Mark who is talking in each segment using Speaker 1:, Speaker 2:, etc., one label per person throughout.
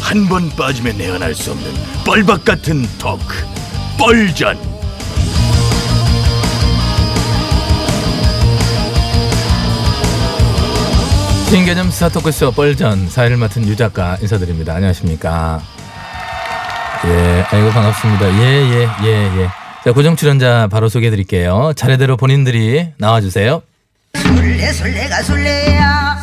Speaker 1: 한 번 빠지면 내안할 수 없는 뻘박 같은 토크 뻘전
Speaker 2: 신개념 스타 토크쇼 뻘전 사회를 맡은 유 작가 인사드립니다. 안녕하십니까? 예, 아이고 반갑습니다. 예, 예, 예, 예. 자, 고정 출연자 바로 소개해 드릴게요. 차례대로 본인들이 나와 주세요.
Speaker 3: 술래 술래가 술래야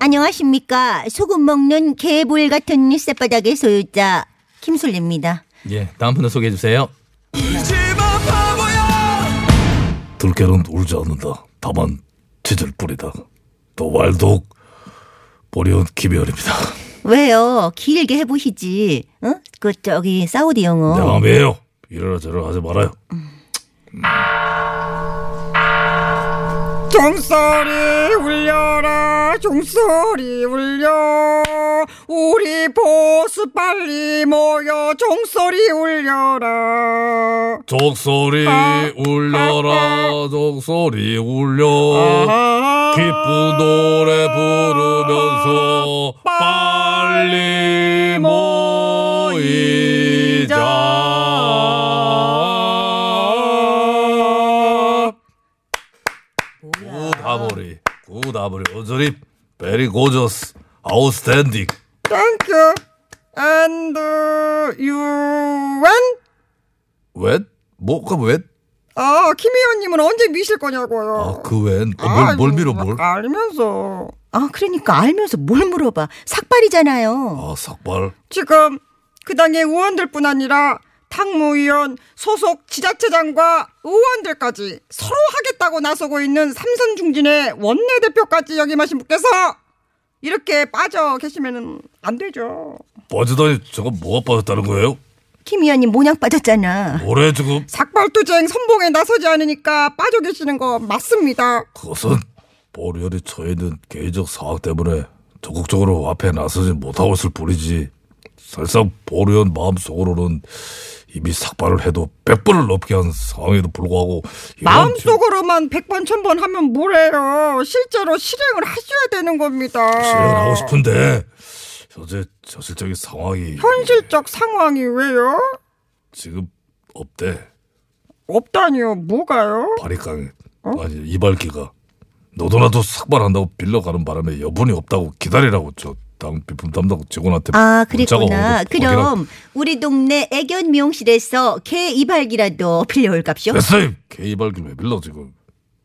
Speaker 3: 안녕하십니까 소금 먹는 개불 같은 쌔바닥의 소유자 김술래입니다
Speaker 2: 예, 다음 분을 소개해 주세요.
Speaker 1: 들깨는 울지 않는다 다만 짖을 뿐이다 또 왈독 보리온 김혜열입니다
Speaker 3: 왜요 길게 해보시지 어? 그 저기 사우디 영어
Speaker 1: 내 마음이에요 이래라 저래라 하지 말아요
Speaker 4: 종소리 울려라 아, 종소리 울려 우리 보스 빨리 모여 종소리 울려라
Speaker 1: 족소리 울려라 족소리 울려 기쁜 노래 부르면서 빨리 모이자 구다머리 구다머리 오조립 베리 고저스 아웃스탠딩
Speaker 4: 땡큐 and 유엔
Speaker 1: 웬? 뭐가 웬?
Speaker 4: 아 김희원님은 언제 미실 거냐고요
Speaker 1: 아그웬 뭘, 뭘 밀어
Speaker 4: 뭐.
Speaker 1: 뭘?
Speaker 4: 알면서
Speaker 3: 아 그러니까 알면서 뭘 물어봐 삭발이잖아요
Speaker 1: 아 삭발
Speaker 4: 지금 그 당의 의원들뿐 아니라 당무위원 소속 지자체장과 의원들까지 서로 하겠다고 나서고 있는 삼선중진의 원내대표까지 역임하신 분께서 이렇게 빠져 계시면 안 되죠.
Speaker 1: 빠지다니 저거 뭐가 빠졌다는 거예요?
Speaker 3: 김 의원님 모양 빠졌잖아
Speaker 1: 뭐래 지금
Speaker 4: 삭발투쟁 선봉에 나서지 않으니까 빠져 계시는 거 맞습니다.
Speaker 1: 그것은 보리언이 처해 있는 개인적 사항 때문에 적극적으로 앞에 나서지 못하고 있을 뿐이지 사실상 보리언 마음속으로는 이미 삭발을 해도 100번을 넘게 한 상황에도 불구하고 이런
Speaker 4: 마음속으로만 100번, 1000번 하면 뭐래요. 실제로 실행을 하셔야 되는 겁니다.
Speaker 1: 지- 진행을 하고 싶은데 현재 저실적인 상황이
Speaker 4: 현실적 상황이 왜요?
Speaker 1: 지금 없대
Speaker 4: 없다니요. 뭐가요?
Speaker 1: 바리깡
Speaker 3: 어?
Speaker 1: 아니 이발기가 너도나도 삭발한다고 빌려가는 바람에 여분이 없다고 기다리라고 저 당 비품 담당 직원한테
Speaker 3: 아
Speaker 1: 문자가
Speaker 3: 그랬구나
Speaker 1: 오고 거기랑
Speaker 3: 그럼 우리 동네 애견 미용실에서 개 이발기라도 빌려올값이요
Speaker 1: 됐어요. 네, 개이발길 왜 빌려 지금?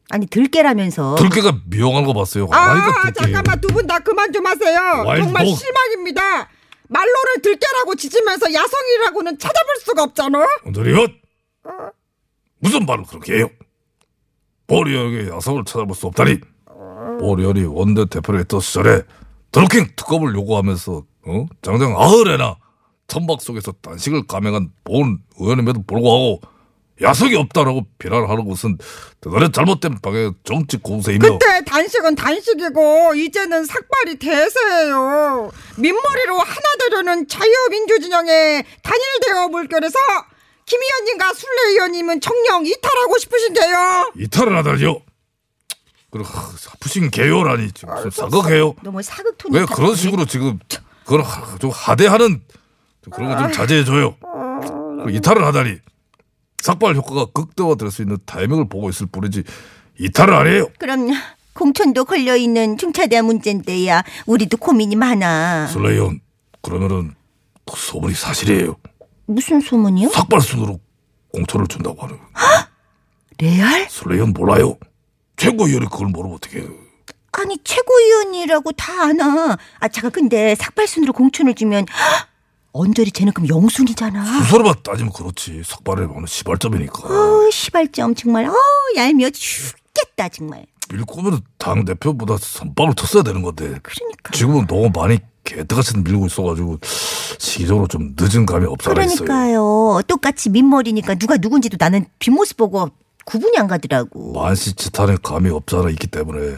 Speaker 3: 아니 들깨라면서
Speaker 1: 들깨가 미용하는 거 봤어요.
Speaker 4: 아,
Speaker 1: 아니까 들깨.
Speaker 4: 잠깐만 두 분 다 그만 좀 하세요.
Speaker 1: 와이,
Speaker 4: 정말
Speaker 1: 뭐.
Speaker 4: 실망입니다. 말로는 들깨라고 지지면서 야성이라고는 찾아볼 수가 없잖아.
Speaker 1: 언저리요? 무슨 말을 그렇게 해요? 보리언의 야성을 찾아볼 수 없다니. 보리언이 원대 대표를 했던 시절에 드루킹 특검을 요구하면서 어? 장장 아흐레나 천박 속에서 단식을 감행한 본 의원임에도 불구하고 야성이 없다라고 비난하는 것은 대단히 잘못된 방향의 정치 공세이며
Speaker 4: 그때 단식은 단식이고 이제는 삭발이 대세예요. 민머리로 하나 되려는 자유민주진영의 단일 대화 물결에서 김 의원님과 술래 의원님은 청령 이탈하고 싶으신데요.
Speaker 1: 이탈을 하다니요. 그리고 하, 아프신 개요라니 지금 무슨 사극해요.
Speaker 3: 너무 뭐 사극 톤이
Speaker 1: 왜 그런 식으로 지금 그걸 하- 좀 하대하는 좀 그런 거 좀 자제해 줘요. 이탈을 하다니 삭발 효과가 극대화될 수 있는 타이밍을 보고 있을 뿐이지 이탈을 안 해요.
Speaker 3: 그럼 공천도 걸려있는 중차대 문제인데야 우리도 고민이 많아.
Speaker 1: 슬레이온 그러면은 그 소문이 사실이에요.
Speaker 3: 무슨 소문이요?
Speaker 1: 삭발순으로 공천을 준다고 하는 거예요.
Speaker 3: 레알?
Speaker 1: 슬레이온 몰라요. 최고위원이 그걸 모르면 어떻게 해요.
Speaker 3: 아니 최고위원이라고 다 아나. 아 잠깐 근데 삭발순으로 공천을 주면 헉! 언저리 쟤는 그럼 영순이잖아.
Speaker 1: 수서로만 따지면 그렇지. 삭발을 막는 시발점이니까.
Speaker 3: 어 시발점 정말 어 얄미워 죽겠다 정말.
Speaker 1: 밀고면 당 대표보다 선빵을 쳤어야 되는 건데
Speaker 3: 그러니까.
Speaker 1: 지금은 너무 많이 개떡같이 밀고 있어가지고 시기적으로 좀 늦은 감이 없잖아 있어요.
Speaker 3: 그러니까요. 똑같이 민머리니까 누가 누군지도 나는 뒷모습 보고 구분이 안 가더라고.
Speaker 1: 만시지탄의 감이 없잖아 있기 때문에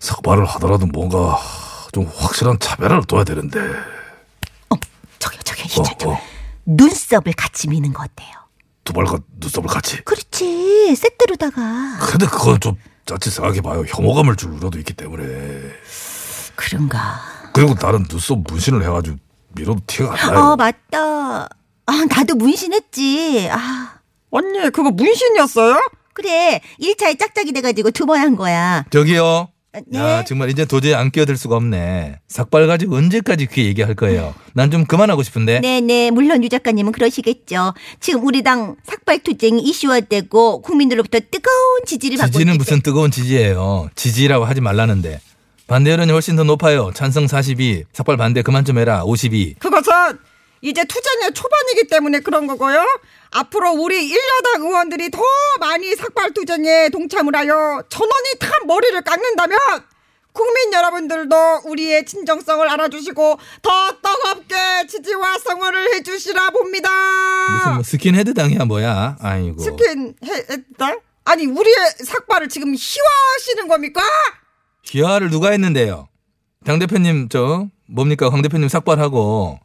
Speaker 1: 삭발을 하더라도 뭔가 좀 확실한 차별화를 둬야 되는데.
Speaker 3: 저기요, 저기요,
Speaker 1: 어,
Speaker 3: 진짜. 저
Speaker 1: 어.
Speaker 3: 눈썹을 같이 미는 거 어때요?
Speaker 1: 두 발과 눈썹을 같이.
Speaker 3: 그렇지. 세트로다가.
Speaker 1: 근데 그건 좀 자칫 생각해봐요. 혐오감을 줄 우려도 있기 때문에.
Speaker 3: 그런가.
Speaker 1: 그리고 나는 눈썹 문신을 해가지고 밀어도 티가 안 나요.
Speaker 3: 어, 맞다. 아, 나도 문신했지. 아,
Speaker 4: 언니 그거 문신이었어요?
Speaker 3: 그래. 1차에 짝짝이 돼가지고 두 번 한 거야.
Speaker 2: 저기요.
Speaker 3: 아, 네.
Speaker 2: 야, 정말 이제 도저히 안 끼어들 수가 없네. 삭발 가지고 언제까지 귀 얘기할 거예요? 난 좀 그만하고 싶은데.
Speaker 3: 네네 물론 유 작가님은 그러시겠죠. 지금 우리 당 삭발투쟁이 이슈화되고 국민들로부터 뜨거운 지지를 받고
Speaker 2: 지지는
Speaker 3: 있기
Speaker 2: 무슨 뜨거운 지지예요. 지지라고 하지 말라는데. 반대 여론이 훨씬 더 높아요. 찬성 42, 삭발 반대 그만 좀 해라 52.
Speaker 4: 그것은 이제 투쟁의 초반이기 때문에 그런 거고요. 앞으로 우리 일여당 의원들이 더 많이 삭발 투쟁에 동참을 하여 전원이 탄 머리를 깎는다면 국민 여러분들도 우리의 진정성을 알아주시고 더 뜨겁게 지지와 성원을 해주시라 봅니다.
Speaker 2: 무슨 뭐 스킨헤드 당이야 뭐야? 아이고.
Speaker 4: 치킨 했다? 아니 우리의 삭발을 지금 희화하시는 겁니까?
Speaker 2: 귀화를 누가 했는데요? 당 대표님 저 뭡니까 황 대표님 삭발하고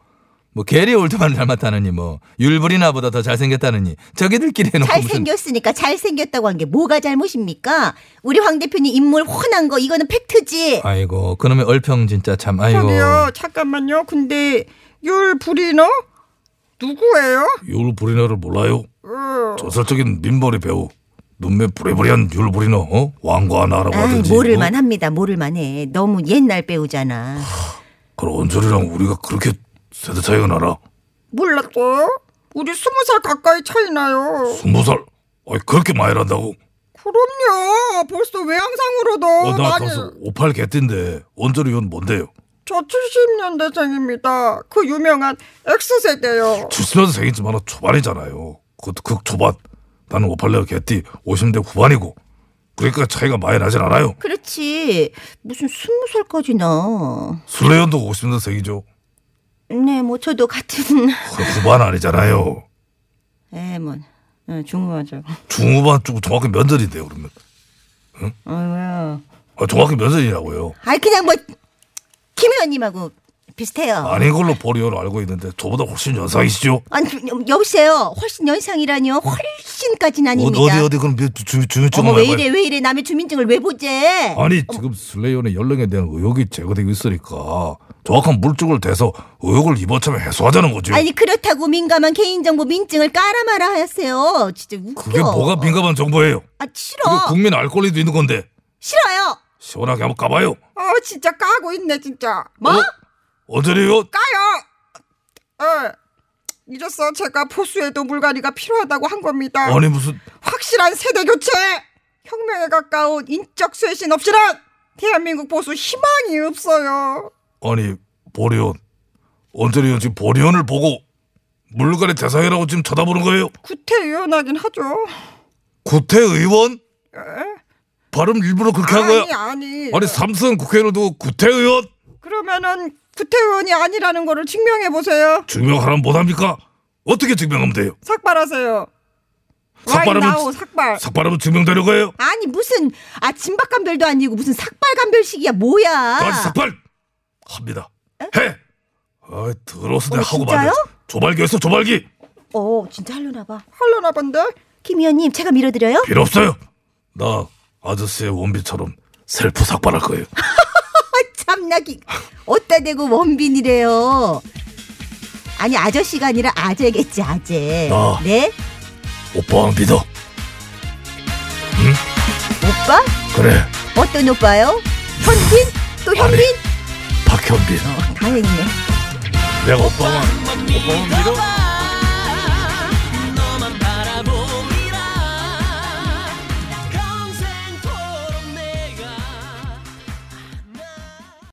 Speaker 2: 뭐 게리 올드만을 닮았다느니 뭐 율브리나보다 더 잘생겼다느니 자기들끼리 해놓고 무슨
Speaker 3: 잘생겼으니까 잘생겼다고 한 게 뭐가 잘못입니까? 우리 황 대표님 인물 훤한 거 이거는 팩트지.
Speaker 2: 아이고 그놈의 얼평 진짜 참 아이고
Speaker 4: 저기요 잠깐만요. 근데 율 불이너 누구예요?
Speaker 1: 율브리너를 몰라요?
Speaker 4: 어,
Speaker 1: 전설적인 민머리 배우. 눈매 부리부리한 율브리너. 어? 왕과 나라고
Speaker 3: 아,
Speaker 1: 하든지. 어?
Speaker 3: 모를만 합니다. 모를만 해. 너무 옛날 배우잖아.
Speaker 1: 그럼 언저리랑 우리가 그렇게 세대 차이가 나나?
Speaker 4: 몰랐어요? 우리 스무 살 가까이 차이나요.
Speaker 1: 스무 살? 아니 그렇게 많이 난다고?
Speaker 4: 그럼요. 벌써 외양상으로도
Speaker 1: 어, 나
Speaker 4: 많이
Speaker 1: 벌써 58 개띠인데 언저리 의원 뭔데요?
Speaker 4: 저 70년대생입니다. 그 유명한 X세대요.
Speaker 1: 70년생이지만 초반이잖아요. 그것도 극초반. 나는 58년 개띠 50대 후반이고. 그러니까 차이가 많이 나진 않아요.
Speaker 3: 그렇지. 무슨 스무 살까지나.
Speaker 1: 술래연도 50년생이죠.
Speaker 3: 네, 뭐 저도 같은.
Speaker 1: 그 후반 아니잖아요.
Speaker 3: 에, 뭐 어, 중후하죠.
Speaker 1: 중후반 쪽 정확히 면전인데요, 그러면.
Speaker 3: 아유.
Speaker 1: 아, 정확히 면전이라고요.
Speaker 3: 아이 그냥 뭐 김의원님하고 비슷해요.
Speaker 1: 아닌 걸로 보리오로 알고 있는데 저보다 훨씬 연상이시죠?
Speaker 3: 아니 여- 여보세요. 훨씬 연상이라뇨. 훨씬까지는
Speaker 1: 어,
Speaker 3: 아닙니다.
Speaker 1: 어디 어디 그럼 주- 주- 주민증
Speaker 3: 어머
Speaker 1: 한번
Speaker 3: 왜
Speaker 1: 해봐요.
Speaker 3: 이래 왜 이래 남의 주민증을 왜 보재?
Speaker 1: 아니 지금 슬레이온의 연령에 대한 의혹이 제거되고 있으니까 정확한 물증을 대서 의혹을 이번 참에 해소하자는 거죠.
Speaker 3: 아니 그렇다고 민감한 개인정보 민증을 깔아 말아 하세요. 진짜 웃겨.
Speaker 1: 그게 뭐가 민감한 정보예요?
Speaker 3: 아
Speaker 1: 그게
Speaker 3: 싫어.
Speaker 1: 국민 알 권리도 있는 건데
Speaker 3: 싫어요.
Speaker 1: 시원하게 한번 까봐요.
Speaker 4: 아 진짜 까고 있네 진짜. 뭐?
Speaker 1: 언제래요?
Speaker 4: 까요. 에. 이래서 어, 제가 보수에도 물갈이가 필요하다고 한 겁니다.
Speaker 1: 아니 무슨
Speaker 4: 확실한 세대 교체. 혁명에 가까운 인적 쇄신 없이는 대한민국 보수 희망이 없어요.
Speaker 1: 아니 보리온 언제래요 지금 보리온을 보고 물갈이 대상이라고 지금 쳐다보는 거예요?
Speaker 4: 구태의연하긴 하죠.
Speaker 1: 구태 의원? 발음 일부러 그렇게 한
Speaker 4: 아니
Speaker 1: 거야?
Speaker 4: 아니.
Speaker 3: 네.
Speaker 1: 아니 삼선 국회의원을 두고 구태 의원
Speaker 4: 그러면은 구태의원이 아니라는 거를 증명해 보세요.
Speaker 1: 증명하라면 못합니까? 어떻게 증명하면 돼요?
Speaker 4: 삭발하세요.
Speaker 1: 삭발하면-
Speaker 4: 와인나우 삭발.
Speaker 1: 삭발하면 증명되는 거예요?
Speaker 3: 아니 무슨 아 진박감별도 아니고 무슨 삭발감별식이야
Speaker 1: 다시
Speaker 3: 뭐야?
Speaker 1: 아, 삭발 합니다. 해. 아, 들어서 내가
Speaker 3: 어머,
Speaker 1: 하고
Speaker 3: 진짜요?
Speaker 1: 말이야. 조발기에서 조발기
Speaker 3: 어 진짜 하려나 봐.
Speaker 4: 할려나 본데.
Speaker 3: 김 의원님 제가 밀어드려요?
Speaker 1: 필요 없어요. 나 아저씨의 원비처럼 셀프 삭발할 거예요.
Speaker 3: 참나기 어따 대고 원빈이래요. 아니 아저씨가 아니라 아재겠지 아재.
Speaker 1: 아.
Speaker 3: 네
Speaker 1: 오빠 안 믿어.
Speaker 3: 오빠?
Speaker 1: 그래.
Speaker 3: 어떤 오빠요? 현빈? 또 현빈?
Speaker 1: 박현빈.
Speaker 3: 다행이네.
Speaker 1: 내가 오빠만
Speaker 5: 오빠만 믿어.